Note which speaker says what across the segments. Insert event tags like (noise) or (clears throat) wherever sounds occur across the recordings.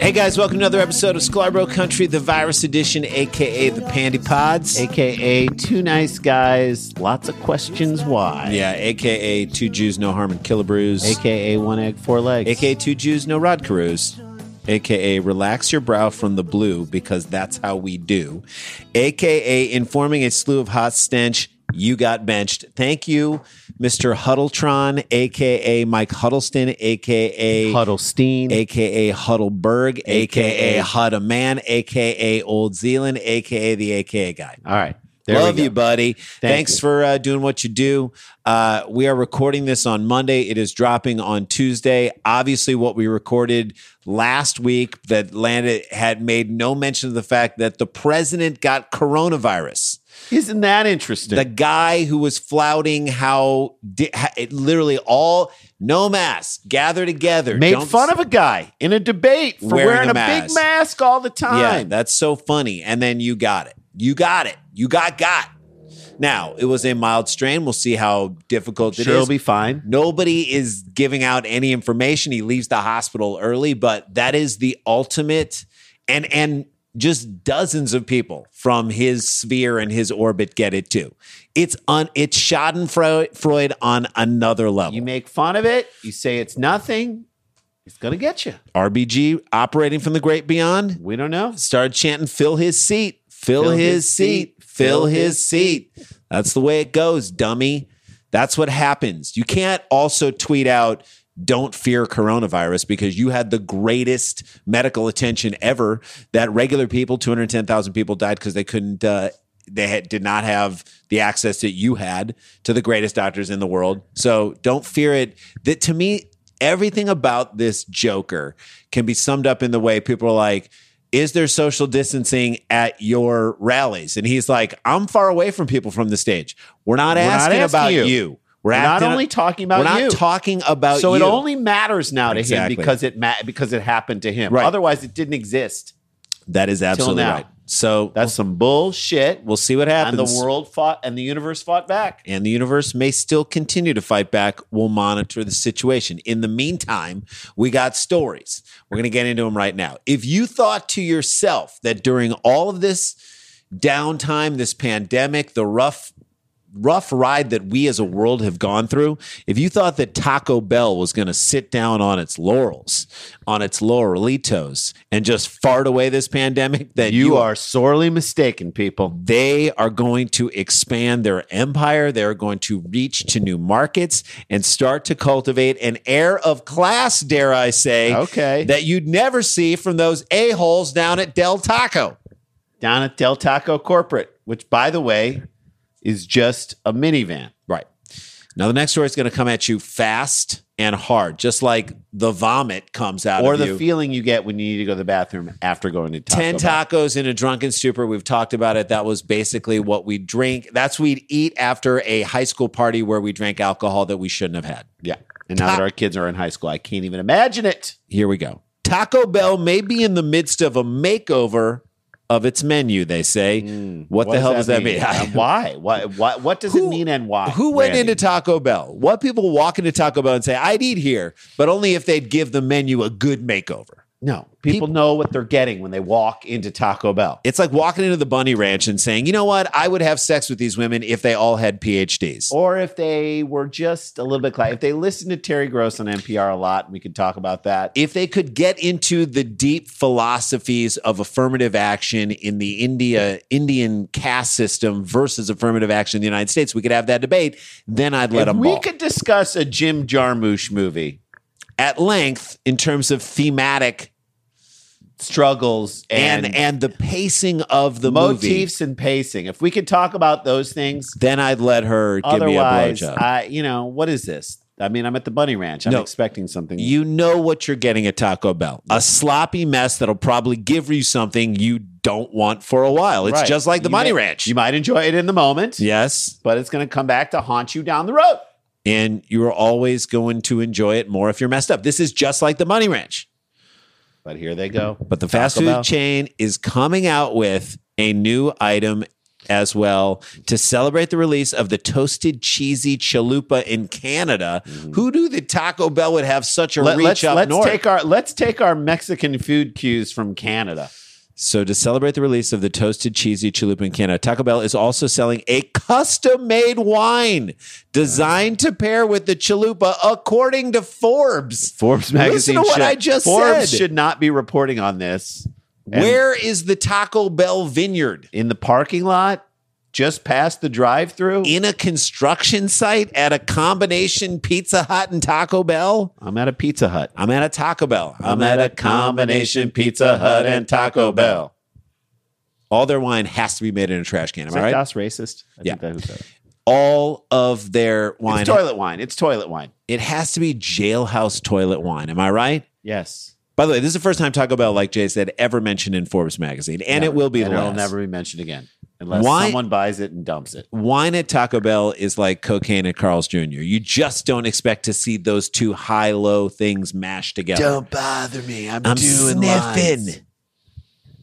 Speaker 1: Hey guys, welcome to another episode of Scarborough Country, the virus edition, aka the Pandy Pods.
Speaker 2: AKA two nice guys, lots of questions why.
Speaker 1: Yeah, aka two Jews, no harm and kill a bruise.
Speaker 2: AKA one egg, four legs.
Speaker 1: aka two Jews, no rod carouse. AKA relax your brow from the blue because that's how we do. AKA informing a slew of hot stench. You got benched. Thank you, Mr. Huddletron, aka Mike Huddleston, aka
Speaker 2: Huddlestein.
Speaker 1: aka Huddleberg, aka
Speaker 2: AKA
Speaker 1: Hudda Man, aka Old Zealand, aka the AKA guy.
Speaker 2: All right. There
Speaker 1: Love
Speaker 2: we go.
Speaker 1: you, buddy. Thanks
Speaker 2: you.
Speaker 1: for uh, doing what you do. Uh, we are recording this on Monday. It is dropping on Tuesday. Obviously, what we recorded last week that landed had made no mention of the fact that the president got coronavirus.
Speaker 2: Isn't that interesting?
Speaker 1: The guy who was flouting how di- ha- it literally all no mask gather together
Speaker 2: Made
Speaker 1: Don't-
Speaker 2: fun of a guy in a debate for
Speaker 1: Wearing
Speaker 2: wearing,
Speaker 1: a
Speaker 2: a,
Speaker 1: mask.
Speaker 2: big mask all the
Speaker 1: Yeah,
Speaker 2: time.
Speaker 1: that's so funny. And then you got it. You got it. You got got. Now it was a mild strain. We'll see how difficult it
Speaker 2: She'll
Speaker 1: is.
Speaker 2: be fine.
Speaker 1: Nobody is giving out any information. He leaves the hospital early, but that is the ultimate, and and just dozens of people from his sphere and his orbit get it too. It's un it's Schadenfreude Freud on another level.
Speaker 2: You make fun of it, you say it's nothing, it's going to get you.
Speaker 1: RBG operating from the great beyond.
Speaker 2: We don't know.
Speaker 1: started chanting, fill his seat, fill,
Speaker 2: Fill
Speaker 1: his,
Speaker 2: his
Speaker 1: seat,
Speaker 2: seat,
Speaker 1: fill
Speaker 2: fill
Speaker 1: his
Speaker 2: his
Speaker 1: seat. That's the way it goes, dummy. That's what happens. You can't also tweet out, don't fear coronavirus because you had the greatest medical attention ever that regular people, 210,000 people died because they couldn't, uh, they had, did not have the access that you had to the greatest doctors in the world. So don't fear it. That to me, everything about this Joker can be summed up in the way people are like, is there social distancing at your rallies? And he's like, I'm far away from people from the stage. We're not,
Speaker 2: We're not
Speaker 1: asking,
Speaker 2: asking
Speaker 1: about you.
Speaker 2: you.
Speaker 1: We're,
Speaker 2: We're not
Speaker 1: acting-
Speaker 2: only talking about
Speaker 1: we're not
Speaker 2: you.
Speaker 1: talking about
Speaker 2: so
Speaker 1: you.
Speaker 2: it only matters now to
Speaker 1: Exactly.
Speaker 2: him because it ma- because it happened to him.
Speaker 1: Right.
Speaker 2: Otherwise, it didn't exist.
Speaker 1: that is absolutely
Speaker 2: now.
Speaker 1: right. So
Speaker 2: That's some bullshit.
Speaker 1: we'll see what happens.
Speaker 2: and the world fought, and the universe fought back.
Speaker 1: and the universe may still continue to fight back. We'll monitor the situation. In the meantime, we got stories. We're going to get into them right now. If you thought to yourself that during all of this downtime, this pandemic, the rough rough ride that we as a world have gone through, if you thought that Taco Bell was going to sit down on its laurels, on its laurelitos and just fart away this pandemic, then
Speaker 2: You are sorely mistaken, people.
Speaker 1: they are going to expand their empire. They are going to reach to new markets and start to cultivate an air of class, dare I say,
Speaker 2: Okay.
Speaker 1: that you'd never see from those a-holes down at Del Taco.
Speaker 2: down at Del Taco Corporate, which, by the way, is just a minivan.
Speaker 1: Right. Now, the next story is going to come at you fast and hard, just like the vomit comes out
Speaker 3: or
Speaker 1: of
Speaker 3: the
Speaker 1: you.
Speaker 3: feeling you get when you need to go to the bathroom after going to Taco
Speaker 1: 10
Speaker 3: Bell.
Speaker 1: tacos in a drunken stupor. We've talked about it. That was basically what we drink. That's we'd eat after a high school party where we drank alcohol that we shouldn't have had.
Speaker 3: Yeah. And now that our kids are in high school, I can't even imagine it.
Speaker 1: Here we go. Taco Bell may be in the midst of a makeover of its menu, they say.
Speaker 3: Mm.
Speaker 1: What, the hell does that mean?
Speaker 3: And Uh, why? Why? What? What does
Speaker 1: Who-
Speaker 3: it mean? And why?
Speaker 1: Who went
Speaker 3: Randy?
Speaker 1: into Taco Bell? What people walk into Taco Bell and say, I'd eat here, but only if they'd give the menu a good makeover.
Speaker 3: No, people, know what they're getting when they walk into Taco Bell.
Speaker 1: It's like walking into the bunny ranch and saying, you know what? I would have sex with these women if they all had PhDs.
Speaker 3: Or if they were just a little bit cla if they listened to Terry Gross on NPR a lot, we could talk about that.
Speaker 1: if they could get into the deep philosophies of affirmative action in the India Indian caste system versus affirmative action in the United States, we could have that debate. Then I'd let
Speaker 3: If
Speaker 1: them
Speaker 3: we
Speaker 1: ball.
Speaker 3: could discuss a Jim Jarmusch movie
Speaker 1: at length in terms of thematic
Speaker 3: struggles
Speaker 1: and
Speaker 3: and
Speaker 1: and, the pacing of the movie.
Speaker 3: motifs and pacing. If we could talk about those things,
Speaker 1: Then I'd let her give me a
Speaker 3: otherwise,
Speaker 1: blowjob.
Speaker 3: I you know what is this? I mean, I'm at the Bunny Ranch. I'm
Speaker 1: No.
Speaker 3: expecting something.
Speaker 1: you know what you're getting at Taco Bell. A sloppy mess that'll probably give you something you don't want for a while. It's
Speaker 3: Right.
Speaker 1: just like the
Speaker 3: You
Speaker 1: Money
Speaker 3: may-
Speaker 1: Ranch.
Speaker 3: You might enjoy it in the moment,
Speaker 1: yes.
Speaker 3: but it's going to come back to haunt you down the road.
Speaker 1: and you are always going to enjoy it more if you're messed up. This is just like the Money Ranch.
Speaker 3: But here they go.
Speaker 1: But the fast
Speaker 3: Taco
Speaker 1: food
Speaker 3: Bell.
Speaker 1: chain is coming out with a new item as well to celebrate the release of the toasted cheesy chalupa in Canada. Who knew that Taco Bell would have such a
Speaker 3: Mm-hmm. Let,
Speaker 1: reach
Speaker 3: us
Speaker 1: up
Speaker 3: let's
Speaker 1: north?
Speaker 3: take our let's take our Mexican food cues from Canada.
Speaker 1: so to celebrate the release of the toasted cheesy chalupa in Canada, Taco Bell is also selling a custom-made wine designed to pair with the chalupa according to Forbes.
Speaker 3: Forbes
Speaker 1: magazine
Speaker 3: magazine.
Speaker 1: should- Forbes
Speaker 3: Forbes
Speaker 1: should
Speaker 3: should not be reporting on this. And
Speaker 1: Where is the Taco Bell vineyard?
Speaker 3: in the parking lot, just past the drive-through?
Speaker 1: In a construction site at a combination Pizza Hut and Taco Bell?
Speaker 3: I'm at a Pizza Hut.
Speaker 1: I'm at a Taco Bell.
Speaker 3: I'm at a combination Pizza Hut and Taco Bell.
Speaker 1: All their wine has to be made in a trash can, am
Speaker 3: Is
Speaker 1: I
Speaker 3: that
Speaker 1: right?
Speaker 3: Das racist? I
Speaker 1: Yeah.
Speaker 3: think that was that.
Speaker 1: All of their wine,
Speaker 3: It's toilet wine. It's toilet wine.
Speaker 1: it has to be jailhouse toilet wine, am I right?
Speaker 3: Yes.
Speaker 1: By the way, this is the first time Taco Bell, like Jay said, ever mentioned in Forbes magazine, and it
Speaker 3: Never.
Speaker 1: will be the
Speaker 3: And it'll
Speaker 1: last.
Speaker 3: never be mentioned again unless
Speaker 1: Why-
Speaker 3: someone buys it and dumps it.
Speaker 1: wine at Taco Bell is like cocaine at Carl's Jr. You just don't expect to see those two high low things mashed together.
Speaker 3: bother me.
Speaker 1: I'm sniffing.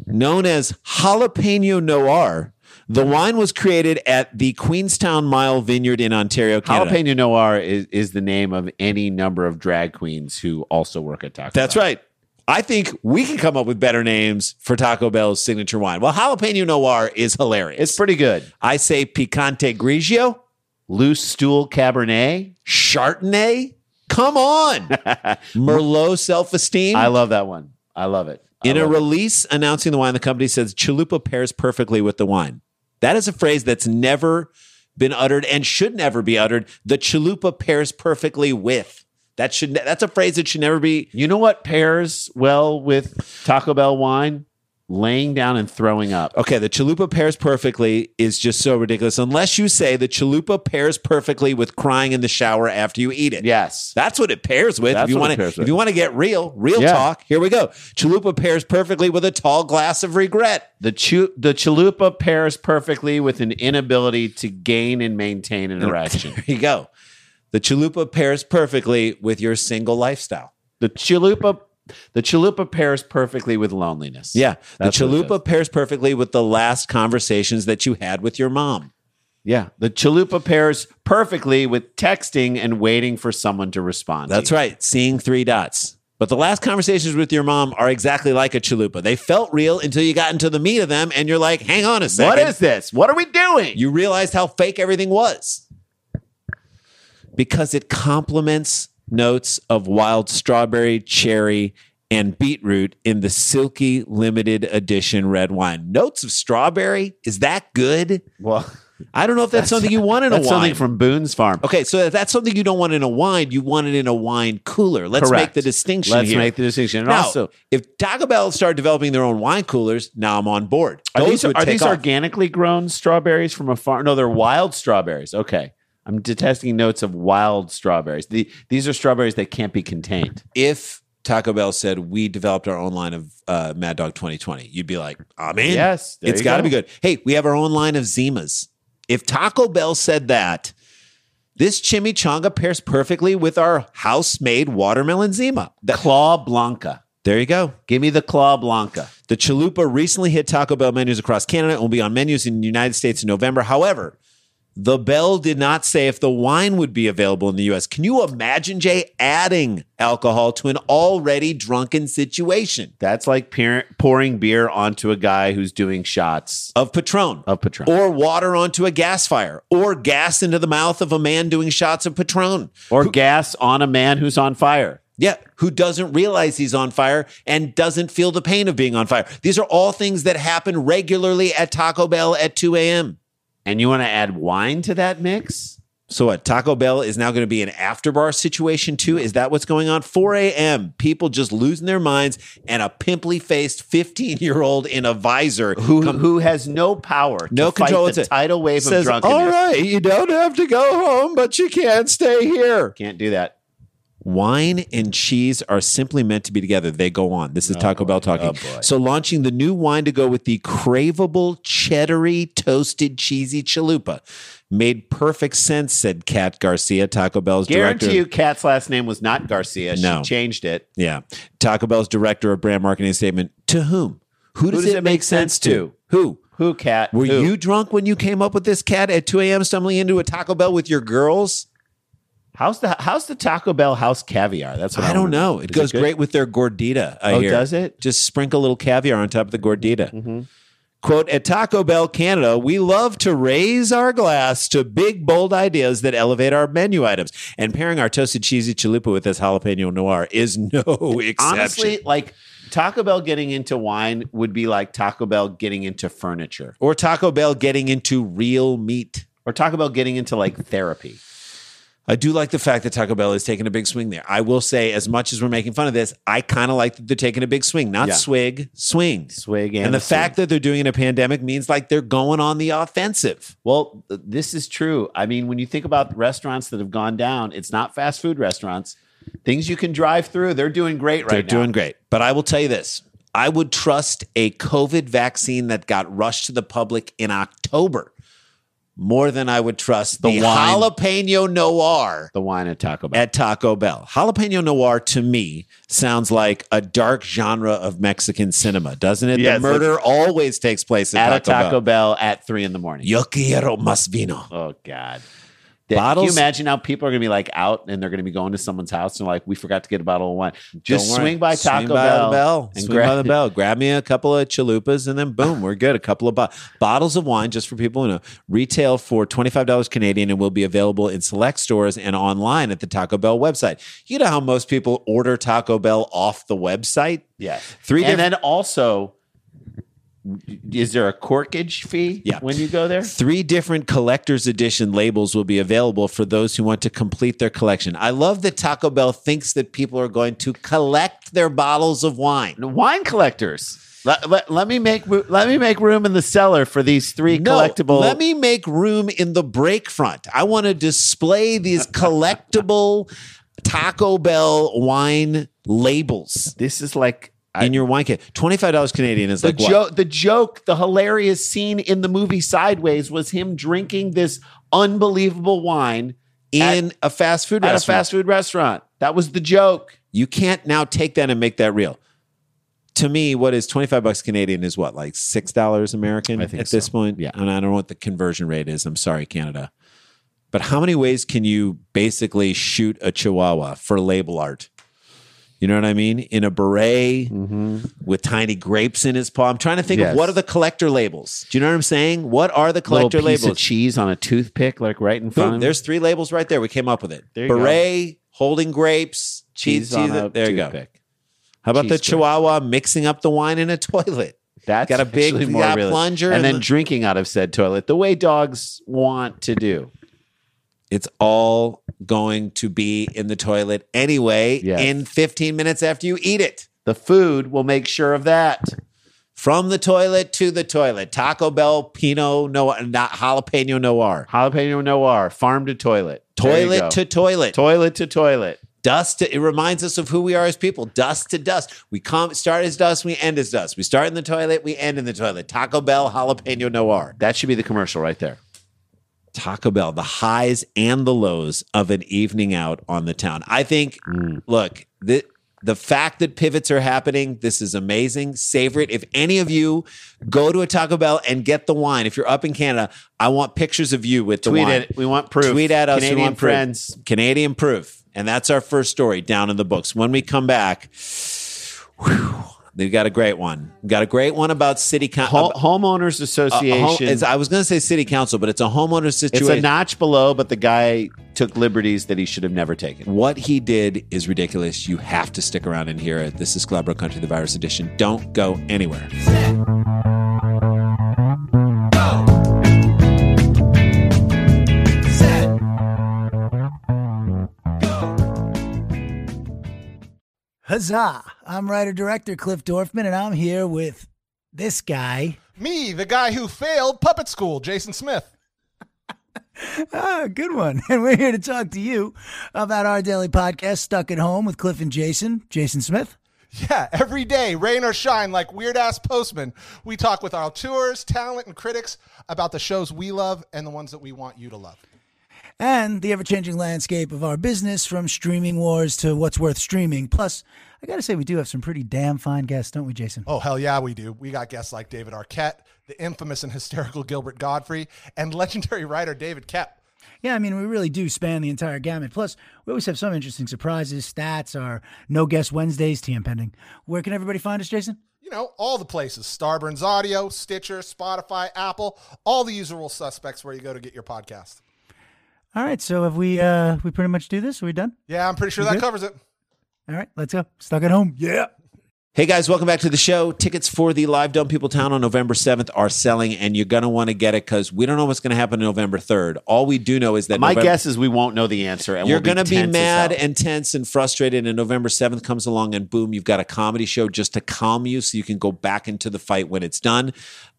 Speaker 1: Known as jalapeno noir, the wine was created at the Queenstown Mile Vineyard in Ontario, Canada.
Speaker 3: Jalapeno Noir is, is the name of any number of drag queens who also work at Taco
Speaker 1: That's
Speaker 3: Bell.
Speaker 1: right. I think we can come up with better names for Taco Bell's signature wine. Well, jalapeno noir is hilarious.
Speaker 3: It's pretty good.
Speaker 1: I say picante grigio,
Speaker 3: Loose Stool (laughs) Cabernet.
Speaker 1: Chardonnay. Come on.
Speaker 3: (laughs)
Speaker 1: Merlot self esteem.
Speaker 3: I love that one. I love it. I
Speaker 1: In a
Speaker 3: love it.
Speaker 1: release announcing the wine, the company says chalupa pairs perfectly with the wine. That is a phrase that's never been uttered and should never be uttered. The chalupa pairs perfectly with. That should ne- that's a phrase that should never be
Speaker 3: you know what pairs well with Taco Bell wine? Laying down and throwing up.
Speaker 1: Okay, the chalupa pairs perfectly is just so ridiculous unless you say the chalupa pairs perfectly with crying in the shower after you eat it.
Speaker 3: Yes.
Speaker 1: That's what it pairs with.
Speaker 3: That's
Speaker 1: if you
Speaker 3: what
Speaker 1: want
Speaker 3: it
Speaker 1: to,
Speaker 3: pairs
Speaker 1: if
Speaker 3: with.
Speaker 1: you want to get real, real
Speaker 3: Yeah.
Speaker 1: talk, here we go. Chalupa pairs perfectly with a tall glass of regret.
Speaker 3: The chu- the chalupa pairs perfectly with an inability to gain and maintain an erection.
Speaker 1: (laughs) There you go. The chalupa pairs perfectly with your single lifestyle.
Speaker 3: the chalupa the chalupa pairs perfectly with loneliness.
Speaker 1: The
Speaker 3: That's what it
Speaker 1: chalupa
Speaker 3: is.
Speaker 1: pairs perfectly with the last conversations that you had with your mom.
Speaker 3: Yeah. The chalupa pairs perfectly with texting and waiting for someone to respond.
Speaker 1: That's right. Seeing three dots. But the last conversations with your mom are exactly like a chalupa. They felt real until you got into the meat of them and you're like, hang on a second.
Speaker 3: What is this? What are we doing?
Speaker 1: you realized how fake everything was because it complements notes of wild strawberry, cherry, and beetroot in the silky limited edition red wine. Notes of strawberry? Is that good?
Speaker 3: well,
Speaker 1: I don't know if that's, something you want in a
Speaker 3: that's
Speaker 1: wine.
Speaker 3: something from Boone's Farm.
Speaker 1: okay, so if that's something you don't want in a wine, you want it in a wine cooler. Let's make
Speaker 3: Correct.
Speaker 1: the distinction
Speaker 3: Let's
Speaker 1: here.
Speaker 3: make the distinction. And
Speaker 1: now,
Speaker 3: also,
Speaker 1: if Taco Bell started developing their own wine coolers, now I'm on board.
Speaker 3: are
Speaker 1: Those
Speaker 3: these,
Speaker 1: would
Speaker 3: are
Speaker 1: take
Speaker 3: these
Speaker 1: off.
Speaker 3: organically grown strawberries from a farm? No, they're wild strawberries. Okay. I'm detesting notes of wild strawberries. The, these are strawberries that can't be contained.
Speaker 1: If Taco Bell said we developed our own line of uh, Mad Dog 2020, you'd be like, I'm in.
Speaker 3: yes, there
Speaker 1: it's
Speaker 3: you
Speaker 1: got to
Speaker 3: go.
Speaker 1: be good. Hey, we have our own line of Zimas. If Taco Bell said that, this chimichanga pairs perfectly with our house-made watermelon Zima. That-
Speaker 3: Claw Blanca.
Speaker 1: there you go.
Speaker 3: Give me the Claw Blanca.
Speaker 1: The chalupa recently hit Taco Bell menus across Canada and will be on menus in the United States in November. However, the bell did not say if the wine would be available in the US. Can you imagine, Jay, adding alcohol to an already drunken situation
Speaker 3: That's like peer- pouring beer onto a guy who's doing shots
Speaker 1: of Patron?
Speaker 3: of Patron or,
Speaker 1: Or water onto a gas fire, or gas into the mouth of a man doing shots of Patron.
Speaker 3: gas on a man who's on fire.
Speaker 1: Yeah, who doesn't realize he's on fire and doesn't feel the pain of being on fire. These are all things that happen regularly at Taco Bell at 2 a.m.
Speaker 3: And you want to add wine to that mix?
Speaker 1: So what? Taco Bell is now going to be an after bar situation too. Is that what's going on? 4 a.m. People just losing their minds, and a pimply faced 15 year old in a visor
Speaker 3: Who who has no power,
Speaker 1: No
Speaker 3: to fight
Speaker 1: control, it's
Speaker 3: the
Speaker 1: a-
Speaker 3: tidal wave of
Speaker 1: says,
Speaker 3: drunkenness?
Speaker 1: "All right, you don't have to go home, but you can't stay here."
Speaker 3: Can't do that.
Speaker 1: Wine and cheese are simply meant to be together. They go on. This is Taco Bell talking.
Speaker 3: Oh, boy.
Speaker 1: so launching the new wine to go with the craveable cheddary toasted cheesy chalupa made perfect sense, said Kat Garcia, Taco Bell's director.
Speaker 3: Guarantee
Speaker 1: of-
Speaker 3: you, Kat's last name was not Garcia. She
Speaker 1: No.
Speaker 3: changed it.
Speaker 1: Yeah. Taco Bell's director of brand marketing statement to whom? Who does, it, make sense to? Who?
Speaker 3: Who Kat?
Speaker 1: Were
Speaker 3: Who?
Speaker 1: you drunk when you came up with this cat at 2 a.m. stumbling into a Taco Bell with your girls?
Speaker 3: How's the how's the Taco Bell house caviar? That's what I,
Speaker 1: I don't
Speaker 3: wanna-
Speaker 1: know. It
Speaker 3: Is
Speaker 1: goes
Speaker 3: good?
Speaker 1: great with their gordita. I
Speaker 3: Oh,
Speaker 1: hear.
Speaker 3: does it? Mm-hmm.
Speaker 1: Just sprinkle a little caviar on top of the gordita. Quote, at Taco Bell Canada, we love to raise our glass to big, bold ideas that elevate our menu items. And pairing our toasted cheesy chalupa with this jalapeno noir is (laughs) no exception.
Speaker 3: Honestly, like Taco Bell getting into wine would be like Taco Bell getting into furniture
Speaker 1: or Taco Bell getting into real meat.
Speaker 3: or Taco Bell getting into like therapy.
Speaker 1: I do like the fact that Taco Bell is taking a big swing there. I will say, as much as we're making fun of this, I kind of like that they're taking a big swing, not
Speaker 3: Yeah.
Speaker 1: swig, swing.
Speaker 3: Swig
Speaker 1: And, the fact that they're doing it in a pandemic means like they're going on the offensive.
Speaker 3: well, th- this is true. I mean, when you think about restaurants that have gone down, it's not fast food restaurants. Things you can drive through, they're doing great right
Speaker 1: They're
Speaker 3: now.
Speaker 1: doing great. But I will tell you this I would trust a COVID vaccine that got rushed to the public in October more than I would trust the,
Speaker 3: The wine.
Speaker 1: jalapeno noir
Speaker 3: the wine at Taco Bell.
Speaker 1: at Taco Bell. Jalapeno noir to me sounds like a dark genre of Mexican cinema, doesn't it?
Speaker 3: Yes,
Speaker 1: the murder always takes place at,
Speaker 3: at a
Speaker 1: Taco, Bell.
Speaker 3: Taco Bell. at three in the morning.
Speaker 1: Yo quiero más vino.
Speaker 3: Oh God. Can
Speaker 1: Bottles-
Speaker 3: you imagine how people are going to be like out and they're going to be going to someone's house and like, we forgot to get a bottle of wine. Just
Speaker 1: Don't worry.
Speaker 3: swing by Taco
Speaker 1: Swing
Speaker 3: Bell,
Speaker 1: the bell.
Speaker 3: and
Speaker 1: Swing
Speaker 3: grab
Speaker 1: by the bell. Grab me a couple of chalupas and then boom, we're good. A couple of bo- bottles of wine just for people who know. Retail for $25 Canadian and will be available in select stores and online at the Taco Bell website. You know how most people order Taco Bell off the website?
Speaker 3: Yeah.
Speaker 1: Three
Speaker 3: and
Speaker 1: different-
Speaker 3: then also, is there a corkage fee
Speaker 1: Yeah.
Speaker 3: when you go there?
Speaker 1: Three different collector's edition labels will be available for those who want to complete their collection. I love that Taco Bell thinks that people are going to collect their bottles of wine.
Speaker 3: Wine collectors. Let, let, let me make roo- let me make room in the cellar for these three collectible.
Speaker 1: let me make room in the break front. I want to display these collectible Taco Bell wine labels
Speaker 3: This is like I-
Speaker 1: in your wine kit. $25 Canadian is
Speaker 3: the
Speaker 1: like what?
Speaker 3: joke. The joke. The hilarious scene in the movie Sideways was him drinking this unbelievable wine
Speaker 1: in a fast food
Speaker 3: at a
Speaker 1: restaurant.
Speaker 3: fast food restaurant. That was the joke.
Speaker 1: You can't now take that and make that real. To me, what is 25 bucks Canadian is what, like $6 American
Speaker 3: I think
Speaker 1: at this
Speaker 3: so.
Speaker 1: point?
Speaker 3: Yeah.
Speaker 1: And I don't know what the conversion rate is. I'm sorry, Canada. But how many ways can you basically shoot a chihuahua for label art? You know what I mean? In a beret
Speaker 3: Mm-hmm.
Speaker 1: with tiny grapes in his paw. I'm trying to think
Speaker 3: Yes.
Speaker 1: of what are the collector labels? Do you know what I'm saying? What are the collector
Speaker 3: Little piece of
Speaker 1: labels?
Speaker 3: cheese on a toothpick, like right in front.
Speaker 1: Boom,
Speaker 3: of
Speaker 1: there's three labels right there. We came up with it.
Speaker 3: There you go.
Speaker 1: Beret, holding grapes, cheese, cheese. there you go. How about the
Speaker 3: Cheese grater.
Speaker 1: chihuahua mixing up the wine in a toilet?
Speaker 3: That's
Speaker 1: Got a big-
Speaker 3: actually
Speaker 1: got a
Speaker 3: realistic.
Speaker 1: plunger
Speaker 3: and
Speaker 1: and
Speaker 3: then
Speaker 1: the-
Speaker 3: drinking out of said toilet, the way dogs want to do.
Speaker 1: It's all going to be in the toilet anyway
Speaker 3: Yes.
Speaker 1: in 15 minutes after you eat it.
Speaker 3: The food will make sure of that.
Speaker 1: From the toilet to the toilet. Taco Bell Pinot Noir, not jalapeno noir.
Speaker 3: Jalapeno Noir, farm to toilet. There you go.
Speaker 1: Toilet to toilet.
Speaker 3: toilet to toilet.
Speaker 1: dust to, it reminds us of who we are as people dust to dust we come start as dust we end as dust we start in the toilet we end in the toilet taco bell jalapeno noir
Speaker 3: That should be the commercial right there.
Speaker 1: taco bell the highs and the lows of an evening out on the town i think
Speaker 3: Mm.
Speaker 1: look the the fact that pivots are happening, this is amazing. Savor it. If any of you go to a Taco Bell and get the wine, if you're up in Canada, I want pictures of you with the
Speaker 3: Tweet
Speaker 1: wine.
Speaker 3: it. We want proof.
Speaker 1: Tweet at us. We
Speaker 3: Canadian
Speaker 1: want proof.
Speaker 3: friends.
Speaker 1: Canadian proof. And that's our first story down in the books. When we come back, whew, they've got a great one. We've got a great one about city
Speaker 3: Ho-
Speaker 1: council.
Speaker 3: homeowners Association.
Speaker 1: I was going to say city council, but it's a homeowner
Speaker 3: it's
Speaker 1: situation.
Speaker 3: a notch below, but the guy took liberties that he should have never taken.
Speaker 1: what he did is ridiculous. You have to stick around and hear it. This is Collabro Country, the virus edition. Don't go anywhere.
Speaker 4: Huzzah! I'm writer director Cliff Dorfman, and I'm here with this guy.
Speaker 5: Me, the guy who failed puppet school, Jason Smith.
Speaker 4: Ah, good one. (laughs) And we're here to talk to you about our daily podcast, Stuck at Home with Cliff and Jason. Jason Smith.
Speaker 5: Yeah, every day, rain or shine, like weird ass postmen, we talk with our tours, talent, and critics about the shows we love and the ones that we want you to love.
Speaker 4: And the ever changing landscape of our business from streaming wars to what's worth streaming. Plus, I gotta say, we do have some pretty damn fine guests, don't we, Jason?
Speaker 5: Oh, hell yeah, we do. We got guests like David Arquette, the infamous and hysterical Gilbert Godfrey, and legendary writer David Kep.
Speaker 4: Yeah, I mean, we really do span the entire gamut. Plus, we always have some interesting surprises, stats, our No Guess Wednesdays, TM pending. Where can everybody find us, Jason?
Speaker 5: You know, all the places Starburns Audio, Stitcher, Spotify, Apple, all the usual suspects where you go to get your podcast.
Speaker 4: All right, so have we uh we pretty much do this? Are we done?
Speaker 5: Yeah, I'm pretty sure that covers it.
Speaker 4: All right, let's go. Stuck at home. Yeah.
Speaker 1: Hey guys, welcome back to the show. Tickets for the live Dumb People Town on November 7th are selling, and you're going to want to get it because we don't know what's going to happen on November 3rd. All we do know is that
Speaker 3: My
Speaker 1: November-
Speaker 3: guess is we won't know the answer, and
Speaker 1: You're
Speaker 3: we'll
Speaker 1: going to
Speaker 3: tense
Speaker 1: be
Speaker 3: as
Speaker 1: mad
Speaker 3: hell.
Speaker 1: and tense and frustrated. And November 7th comes along, and boom, you've got a comedy show just to calm you so you can go back into the fight when it's done.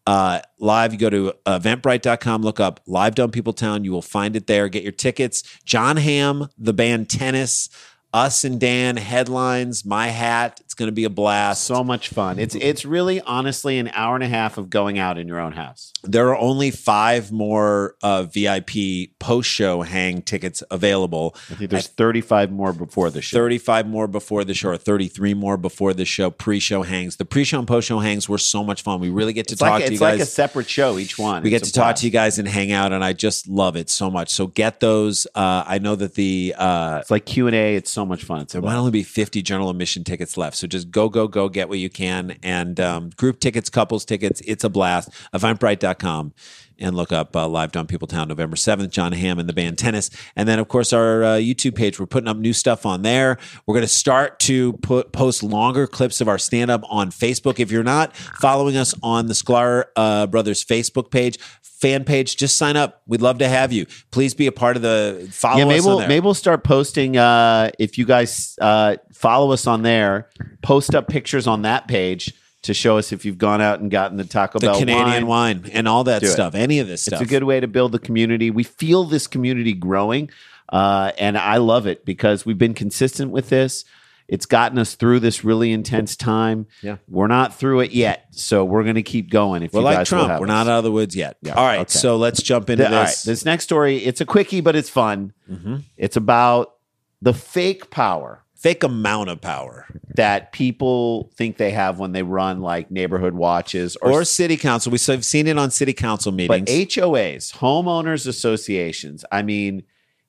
Speaker 1: Uh, live, you go to eventbrite.com, look up Live Dumb People Town. You will find it there. Get your tickets. John Hamm, the band Tennis, us and Dan, headlines, my hat. It's going to be a blast.
Speaker 3: so much fun. It's it's really honestly an hour and a half of going out in your own house.
Speaker 1: there are only five more uh, VIP post show hang tickets available.
Speaker 3: I think there's 35 more before the show.
Speaker 1: 35 more before the show, or 33 more before the show. Pre show hangs. The pre show and post show hangs were so much fun. We really get to
Speaker 3: It's
Speaker 1: talk
Speaker 3: like
Speaker 1: to you
Speaker 3: it's
Speaker 1: guys.
Speaker 3: like a separate show each one.
Speaker 1: we get
Speaker 3: It's
Speaker 1: to
Speaker 3: a
Speaker 1: talk
Speaker 3: blast.
Speaker 1: to you guys and hang out, and I just love it so much. So get those. Uh, I know that the uh,
Speaker 3: It's like Q and A. It's so much fun. It's a
Speaker 1: there might only be 50 general admission tickets left. So just go, go, go, get what you can. And um, group tickets, couples tickets, it's a blast. Eventbrite.com and look up uh, Live Dumb People Town November 7th, John Hamm and the band Tennis. And then, of course, our uh, YouTube page. We're putting up new stuff on there. We're going to start to put post longer clips of our stand up on Facebook. If you're not following us on the Sklar uh, Brothers Facebook page, fan page, just sign up. We'd love to have you. Please be a part of the follow
Speaker 3: yeah, maybe
Speaker 1: us on
Speaker 3: we'll,
Speaker 1: there.
Speaker 3: maybe we'll start posting. Uh, if you guys uh, follow us on there, post up pictures on that page to show us if you've gone out and gotten the Taco
Speaker 1: the
Speaker 3: Bell
Speaker 1: Canadian
Speaker 3: wine.
Speaker 1: wine. and all that
Speaker 3: Do it.
Speaker 1: stuff, any of this
Speaker 3: It's
Speaker 1: stuff.
Speaker 3: a good way to build the community. We feel this community growing, uh, and I love it because we've been consistent with this. It's gotten us through this really intense time.
Speaker 1: Yeah.
Speaker 3: we're not through it yet, so we're going to keep going. If
Speaker 1: We're
Speaker 3: you
Speaker 1: like
Speaker 3: guys will
Speaker 1: Trump.
Speaker 3: have
Speaker 1: We're
Speaker 3: us.
Speaker 1: not out of the woods yet.
Speaker 3: Yeah,
Speaker 1: All right.
Speaker 3: okay.
Speaker 1: So let's jump into
Speaker 3: Th- all right,
Speaker 1: this.
Speaker 3: this next story, it's a quickie, but it's fun.
Speaker 1: Mhm.
Speaker 3: It's about the fake power
Speaker 1: Fake amount of power.
Speaker 3: that people think they have when they run like neighborhood watches or,
Speaker 1: Or city council. We've seen it on city council
Speaker 3: but
Speaker 1: meetings.
Speaker 3: HOAs, homeowners associations. I mean,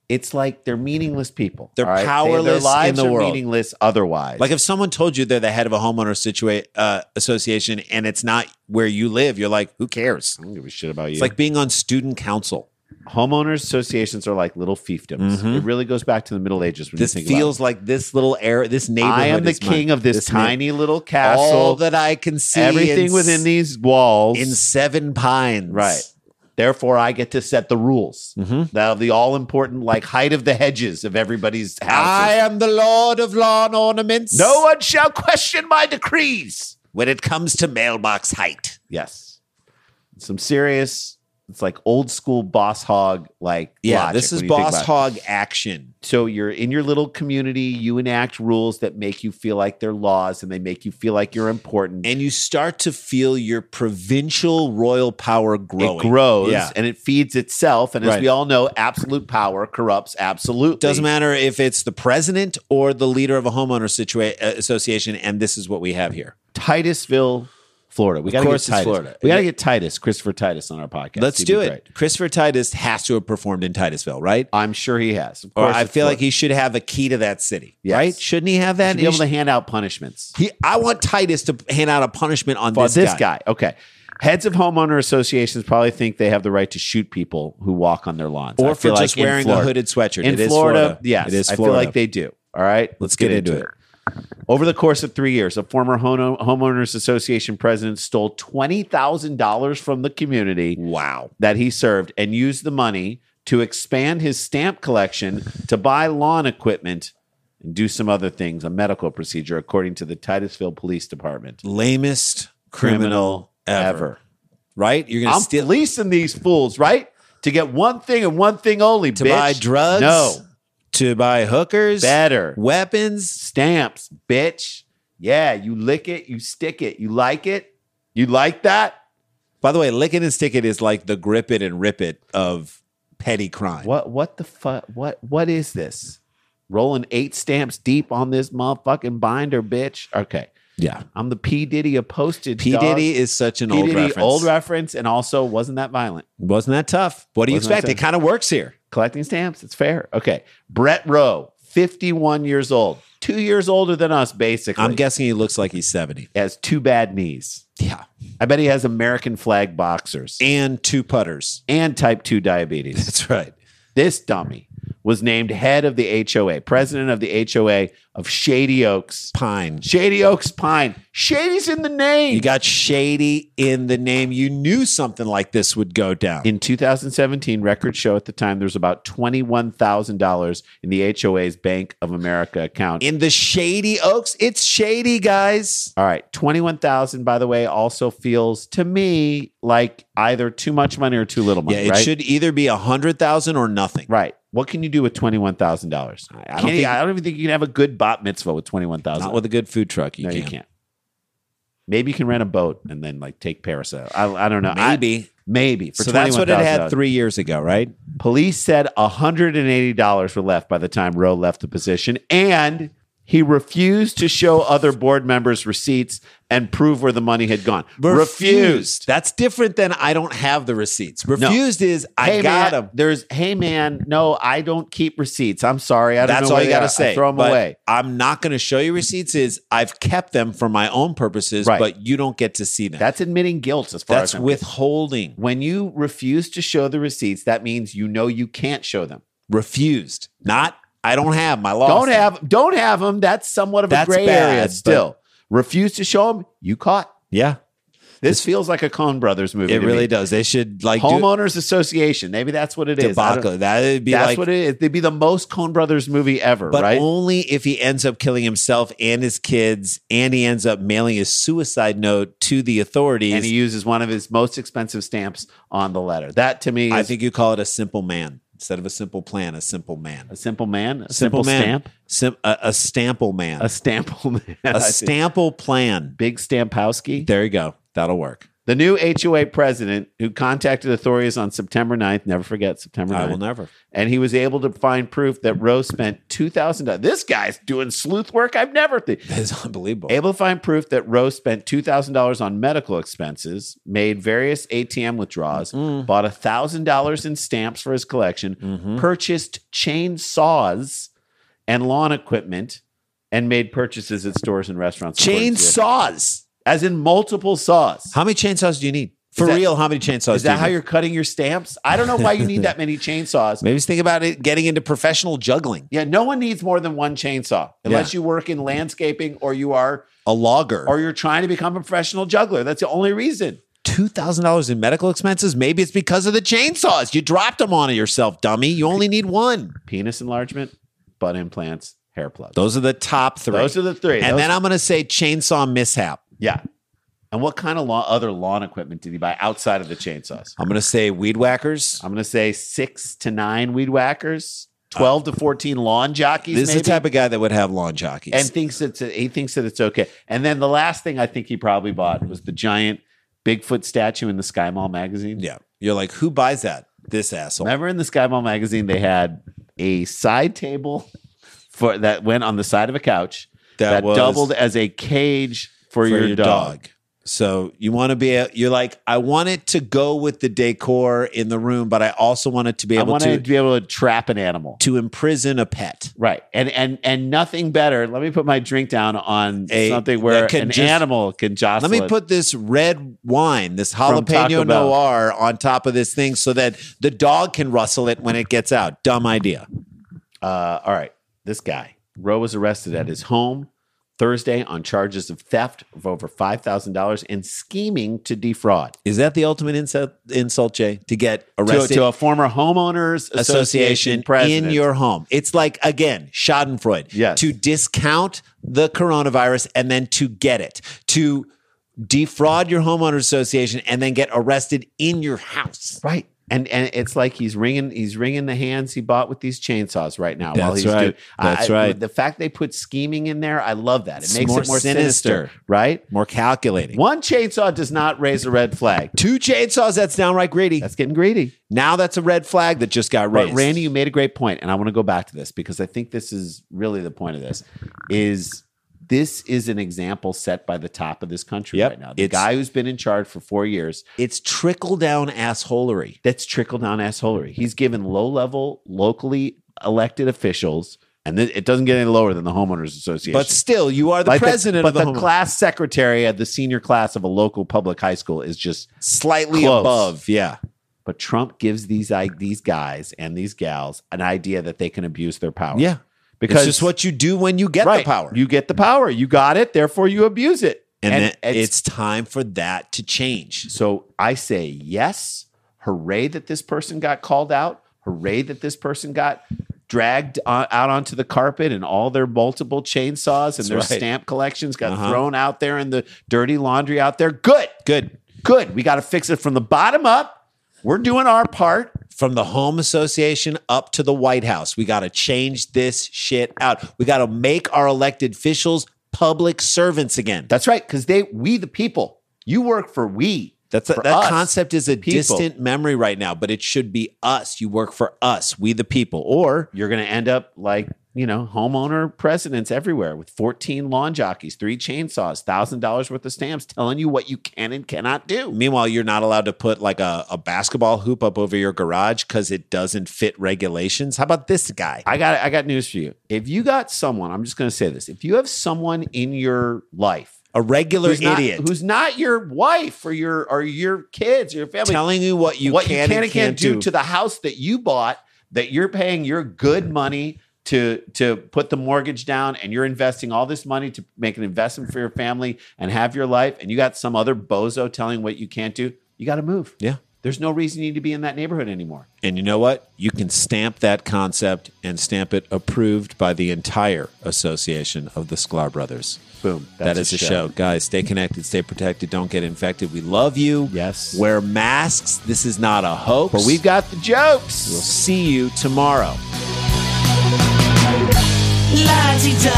Speaker 3: it's like they're meaningless people.
Speaker 1: They're
Speaker 3: all right?
Speaker 1: powerless
Speaker 3: their lives
Speaker 1: in the
Speaker 3: are
Speaker 1: world.
Speaker 3: meaningless otherwise.
Speaker 1: like if someone told you they're the head of a homeowner situa- uh, association and it's not where you live, you're like, who cares?
Speaker 3: I don't give a shit about you.
Speaker 1: It's like being on student council.
Speaker 3: homeowners associations are like little fiefdoms.
Speaker 1: Mhm.
Speaker 3: It really goes back to the Middle Ages when
Speaker 1: This
Speaker 3: you think about
Speaker 1: feels like this little area, this
Speaker 3: it.
Speaker 1: neighborhood.
Speaker 3: I am the
Speaker 1: is mine.
Speaker 3: king of this,
Speaker 1: neigh-
Speaker 3: tiny little castle.
Speaker 1: All that I can see.
Speaker 3: everything
Speaker 1: in,
Speaker 3: within
Speaker 1: the
Speaker 3: these walls
Speaker 1: in seven pines.
Speaker 3: Right. Therefore, I get to set the rules.
Speaker 1: Mhm.
Speaker 3: Now, the all important like height of the hedges of everybody's house.
Speaker 1: I am the lord of lawn ornaments.
Speaker 3: no one shall question my decrees.
Speaker 1: when it comes to mailbox height.
Speaker 3: Yes. Some serious, it's like old school boss hog, like
Speaker 1: Yeah,
Speaker 3: logic
Speaker 1: this is
Speaker 3: when you think
Speaker 1: boss
Speaker 3: about it.
Speaker 1: hog action.
Speaker 3: So you're in your little community, you enact rules that make you feel like they're laws and they make you feel like you're important.
Speaker 1: And you start to feel your provincial royal power growing.
Speaker 3: It grows
Speaker 1: Yeah.
Speaker 3: and it feeds itself. And as
Speaker 1: Right.
Speaker 3: we all know, absolute power corrupts absolutely.
Speaker 1: Doesn't matter if it's the president or the leader of a homeowner situa- uh, association, and this is what we have here.
Speaker 3: Titusville, Florida. We
Speaker 1: Of
Speaker 3: got to get
Speaker 1: course it's
Speaker 3: Titus.
Speaker 1: Florida.
Speaker 3: We got to get Titus, Christopher Titus, on our podcast.
Speaker 1: Let's
Speaker 3: He'd
Speaker 1: do
Speaker 3: be
Speaker 1: it.
Speaker 3: great.
Speaker 1: Christopher Titus has to have performed in Titusville, right?
Speaker 3: I'm sure he has. Of
Speaker 1: Or
Speaker 3: course
Speaker 1: I
Speaker 3: it's
Speaker 1: feel
Speaker 3: Florida.
Speaker 1: like he should have a key to that city,
Speaker 3: Yes.
Speaker 1: right? Shouldn't he have
Speaker 3: He
Speaker 1: that?
Speaker 3: should be able
Speaker 1: He
Speaker 3: to hand out punishments.
Speaker 1: He, I want Titus to hand out a punishment on
Speaker 3: For
Speaker 1: this,
Speaker 3: this, guy. Okay. Heads of homeowner associations probably think they have the right to shoot people who walk on their lawns. I
Speaker 1: or for
Speaker 3: feel
Speaker 1: just
Speaker 3: like in
Speaker 1: wearing a
Speaker 3: Florida-
Speaker 1: hooded sweatshirt.
Speaker 3: In
Speaker 1: It is
Speaker 3: Florida, yes,
Speaker 1: it is
Speaker 3: I feel
Speaker 1: Florida.
Speaker 3: like they do. All right,
Speaker 1: Let's get into it.
Speaker 3: Over the course of three years, a former hono- homeowners association president stole twenty thousand dollars from the community
Speaker 1: wow.
Speaker 3: that he served and used the money to expand his stamp collection to buy lawn equipment and do some other things, a medical procedure, according to the Titusville Police Department.
Speaker 1: Lamest criminal, ever. Right? You're going
Speaker 3: I'm
Speaker 1: to steal
Speaker 3: policing these fools, right? To get one thing and one thing only.
Speaker 1: to
Speaker 3: bitch.
Speaker 1: buy drugs?
Speaker 3: No,
Speaker 1: To buy hookers?
Speaker 3: better.
Speaker 1: Weapons?
Speaker 3: stamps, bitch. Yeah, you lick it, you stick it, you like it, you like that.
Speaker 1: By the way, lick it and stick it is like the grip it and rip it of petty crime.
Speaker 3: What? What the fuck? What? What is this? Rolling eight stamps deep on this motherfucking binder, bitch. Okay,
Speaker 1: Yeah.
Speaker 3: I'm the P Diddy of postage.
Speaker 1: P.
Speaker 3: dog.
Speaker 1: Diddy is such an
Speaker 3: P
Speaker 1: old
Speaker 3: Diddy,
Speaker 1: reference.
Speaker 3: old reference, and also wasn't that violent.
Speaker 1: Wasn't that tough? What do you
Speaker 3: Wasn't that
Speaker 1: expect? It kind of works here.
Speaker 3: Collecting stamps, it's fair. Okay, Brett Rowe, 51 years old, two years older than us, basically.
Speaker 1: I'm guessing he looks like he's 70.
Speaker 3: has two bad knees.
Speaker 1: Yeah.
Speaker 3: I bet he has American flag boxers
Speaker 1: And two putters.
Speaker 3: and type two diabetes.
Speaker 1: That's right.
Speaker 3: this dummy was named head of the HOA, president of the HOA of Shady Oaks.
Speaker 1: Pine.
Speaker 3: Shady Oaks Pine. Shady's in the name.
Speaker 1: You got shady in the name. You knew something like this would go down.
Speaker 3: in 2017, records show at the time there's about $21,000 in the HOA's Bank of America account.
Speaker 1: In the shady oaks, it's shady, guys.
Speaker 3: All right, 21,000 by the way also feels to me like either too much money or too little money,
Speaker 1: Yeah, it
Speaker 3: right?
Speaker 1: should either be a hundred thousand or nothing.
Speaker 3: Right. What can you do with $21,000?
Speaker 1: I
Speaker 3: I
Speaker 1: don't think-
Speaker 3: I don't even think you can have a good bat mitzvah with 21,000.
Speaker 1: Not with a good food truck. You
Speaker 3: no,
Speaker 1: can.
Speaker 3: Uh, you can't. Maybe you can rent a boat and then like take parasail. I, I don't know. I-
Speaker 1: Maybe.
Speaker 3: maybe. For
Speaker 1: so that's what it had
Speaker 3: $21,000.
Speaker 1: three years ago, right?
Speaker 3: Police said $180 were left by the time Rowe left the position, and he refused to show other board members receipts and prove where the money had gone.
Speaker 1: That's different than I don't have the receipts. Refused is I
Speaker 3: hey
Speaker 1: got
Speaker 3: man,
Speaker 1: them.
Speaker 3: There's hey man, no, I don't keep receipts. I'm sorry. I don't
Speaker 1: That's all
Speaker 3: know where
Speaker 1: you
Speaker 3: they
Speaker 1: got
Speaker 3: are.
Speaker 1: to say.
Speaker 3: I throw them
Speaker 1: But
Speaker 3: away.
Speaker 1: I'm not going to show you receipts. Is I've kept them for my own purposes,
Speaker 3: Right.
Speaker 1: but you don't get to see them.
Speaker 3: That's admitting guilt as far
Speaker 1: That's
Speaker 3: as I'm
Speaker 1: withholding.
Speaker 3: when you refuse to show the receipts, that means you know you can't show them.
Speaker 1: refused. Not I don't have my loss.
Speaker 3: Don't have don't have them. That's somewhat of
Speaker 1: That's
Speaker 3: a gray
Speaker 1: bad,
Speaker 3: area
Speaker 1: but-
Speaker 3: still. Refuse to show them. You caught.
Speaker 1: Yeah,
Speaker 3: This feels like a Coen Brothers movie.
Speaker 1: it
Speaker 3: to
Speaker 1: really
Speaker 3: me.
Speaker 1: does. They should like do
Speaker 3: Homeowners Association. Maybe that's what it is. I don't-
Speaker 1: debacle. That'd be
Speaker 3: That's
Speaker 1: like,
Speaker 3: what it is. They'd be the most Coen Brothers movie ever,
Speaker 1: but
Speaker 3: right?
Speaker 1: only if he ends up killing himself and his kids, and he ends up mailing his suicide note to the authorities.
Speaker 3: and he uses one of his most expensive stamps on the letter. That to me is
Speaker 1: I think you call it a simple man instead of a simple plan. A simple man.
Speaker 3: a simple man, a simple,
Speaker 1: man.
Speaker 3: stamp,
Speaker 1: Sim, a, a stample man.
Speaker 3: a
Speaker 1: A,
Speaker 3: stample (laughs) man, I think.
Speaker 1: stample plan.
Speaker 3: big Stampowski.
Speaker 1: There you go. That'll work.
Speaker 3: The new HOA president, who contacted authorities on September 9th, never forget September
Speaker 1: I will
Speaker 3: 9th,
Speaker 1: never. (laughs)
Speaker 3: and he was able to find proof that Rowe spent $2,000. This guy's doing sleuth work I've never seen.
Speaker 1: It's unbelievable.
Speaker 3: Able to find proof that Rowe spent $2,000 on medical expenses, made various ATM withdrawals,
Speaker 1: Mm-hmm.
Speaker 3: bought $1,000 in stamps for his collection, purchased chainsaws and lawn equipment, and made purchases at stores and restaurants. according to the-
Speaker 1: Chainsaws.
Speaker 3: As in multiple saws.
Speaker 1: How many chainsaws do you need? For
Speaker 3: that-
Speaker 1: real, how many chainsaws
Speaker 3: Is
Speaker 1: do you
Speaker 3: that how
Speaker 1: need?
Speaker 3: you're cutting your stamps? I don't know why you need that many
Speaker 1: (laughs)
Speaker 3: chainsaws.
Speaker 1: Maybe just think about it getting into professional juggling.
Speaker 3: Yeah, no one needs more than one chainsaw unless you work in landscaping or you are
Speaker 1: A logger.
Speaker 3: or you're trying to become a professional juggler. That's the only reason.
Speaker 1: $2,000 in medical expenses? Maybe it's because of the chainsaws. You dropped them on it yourself, dummy. You only need one.
Speaker 3: Penis enlargement, butt implants, hair plugs.
Speaker 1: Those are the top three.
Speaker 3: Those are the three.
Speaker 1: and
Speaker 3: Those-
Speaker 1: then I'm going to say chainsaw mishap.
Speaker 3: yeah, And what kind of law, other lawn equipment did he buy outside of the chainsaws?
Speaker 1: I'm going to say weed whackers.
Speaker 3: I'm going to say six to nine weed whackers, 12 to 14 lawn jockeys.
Speaker 1: This is
Speaker 3: maybe.
Speaker 1: the type of guy that would have lawn jockeys.
Speaker 3: and thinks it's he thinks that it's okay. And then the last thing I think he probably bought was the giant Bigfoot statue in the Sky Mall magazine.
Speaker 1: yeah, you're like, who buys that? This asshole.
Speaker 3: Remember in the Sky Mall magazine they had a side table for that went on the side of a couch
Speaker 1: That
Speaker 3: that,
Speaker 1: was-
Speaker 3: doubled as a cage for, your, dog.
Speaker 1: So you want to be, a, you're like, I want it to go with the decor in the room, but I also want it to be
Speaker 3: I
Speaker 1: able
Speaker 3: wanted
Speaker 1: to
Speaker 3: to be able to trap an animal.
Speaker 1: to imprison a pet.
Speaker 3: Right. And and and nothing better. Let me put my drink down on
Speaker 1: A-
Speaker 3: something where
Speaker 1: that can
Speaker 3: an
Speaker 1: just-
Speaker 3: animal can jostle.
Speaker 1: Let me
Speaker 3: it.
Speaker 1: put this red wine, this
Speaker 3: From Taco
Speaker 1: jalapeno
Speaker 3: Bell.
Speaker 1: noir on top of this thing so that the dog can rustle it when it gets out. Dumb idea.
Speaker 3: Uh, all right, this guy Roe was arrested at his home Thursday on charges of theft of over five thousand dollars and scheming to defraud
Speaker 1: Is that the ultimate insult, insult Jay? To get
Speaker 3: to,
Speaker 1: arrested
Speaker 3: to a former homeowners association,
Speaker 1: association,
Speaker 3: president.
Speaker 1: in your home. It's like again, Schadenfreude.
Speaker 3: Yes.
Speaker 1: To discount the coronavirus and then to get it. To defraud your homeowners association and then get arrested in your house.
Speaker 3: right. And, and it's like he's ringing he's ringing the hands he bought with these chainsaws right now. while
Speaker 1: That's
Speaker 3: he's
Speaker 1: right.
Speaker 3: I-
Speaker 1: That's
Speaker 3: I-
Speaker 1: right.
Speaker 3: The fact they put scheming in there, I love that. It
Speaker 1: It's
Speaker 3: makes
Speaker 1: more
Speaker 3: it more sinister,
Speaker 1: sinister.
Speaker 3: right?
Speaker 1: More calculating.
Speaker 3: One chainsaw does not raise a red flag.
Speaker 1: Two chainsaws, that's downright greedy.
Speaker 3: That's getting greedy.
Speaker 1: now that's a red flag that just got raised.
Speaker 3: But Randy, you made a great point, and I want to go back to this because I think this is really the point of this. Is this is an example set by the top of this country
Speaker 1: Yep.
Speaker 3: right now? The
Speaker 1: It's-
Speaker 3: guy who's been in charge for four years.
Speaker 1: it's trickle down assholery.
Speaker 3: That's trickle down assholery. He's given low level, locally elected officials, and th- it doesn't get any lower than the homeowners association.
Speaker 1: But still, you are the
Speaker 3: Like
Speaker 1: president
Speaker 3: but
Speaker 1: of the, home-
Speaker 3: class secretary at the senior class of a local public high school is just
Speaker 1: slightly
Speaker 3: Close.
Speaker 1: above. Yeah.
Speaker 3: but Trump gives these I these guys and these gals an idea that they can abuse their power.
Speaker 1: Yeah.
Speaker 3: Because
Speaker 1: it's just what you do when you get the
Speaker 3: right,
Speaker 1: power.
Speaker 3: You get the power. You got it. Therefore, you abuse it.
Speaker 1: and then it's time for that to change.
Speaker 3: so I say yes. Hooray that this person got called out. Hooray that this person got dragged on, out onto the carpet and all their multiple chainsaws and their
Speaker 1: right.
Speaker 3: stamp collections got
Speaker 1: Uh-huh.
Speaker 3: thrown out there in the dirty laundry out there. Good.
Speaker 1: Good.
Speaker 3: Good. We got to fix it from the bottom up. We're doing our part.
Speaker 1: From the home association up to the White House, we got to change this shit out. We got to make our elected officials public servants again. That,
Speaker 3: That's right, because they, we the people. You work for we.
Speaker 1: that's
Speaker 3: for
Speaker 1: that
Speaker 3: us,
Speaker 1: concept is a
Speaker 3: people.
Speaker 1: distant memory right now, but it should be us. You work for us, we the people. Or
Speaker 3: You're going to end up like you know homeowner presidents everywhere with 14 lawn jockeys, three chainsaws, thousand dollars worth of stamps, telling you what you can and cannot do.
Speaker 1: meanwhile, you're not allowed to put like a, a basketball hoop up over your garage because it doesn't fit regulations. How about this guy?
Speaker 3: I got I got news for you. If you got someone, I'm just going to say this: if you have someone in your life
Speaker 1: A regular
Speaker 3: who's not,
Speaker 1: idiot
Speaker 3: who's not your wife or your or your kids or your family,
Speaker 1: telling you what you
Speaker 3: what
Speaker 1: can
Speaker 3: you can
Speaker 1: and
Speaker 3: and can't do, to
Speaker 1: the
Speaker 3: the house that you bought that you're paying your good money to to put the mortgage down and you're investing all this money to make an investment for your family and have your life and you got some other bozo telling what you can't do you got to move
Speaker 1: Yeah.
Speaker 3: there's no reason you need to be in that neighborhood anymore
Speaker 1: And you know what? You can stamp that concept and stamp it approved by the entire association of the Sklar Brothers.
Speaker 3: boom
Speaker 1: That's a show. Guys, stay connected, stay protected, don't get infected. We love you.
Speaker 3: Yes.
Speaker 1: Wear masks. This is not a hoax.
Speaker 3: but we've got the jokes
Speaker 1: We'll see you tomorrow.
Speaker 6: La-ti-ta,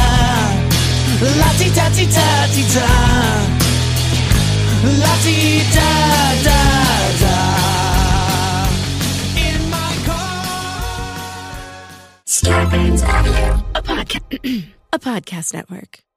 Speaker 6: la-ti-ta-ti-ta-ti-ta, la-ti-da-da-da. In my car.
Speaker 7: Scarpins Audio. (clears throat)
Speaker 8: a podcast network.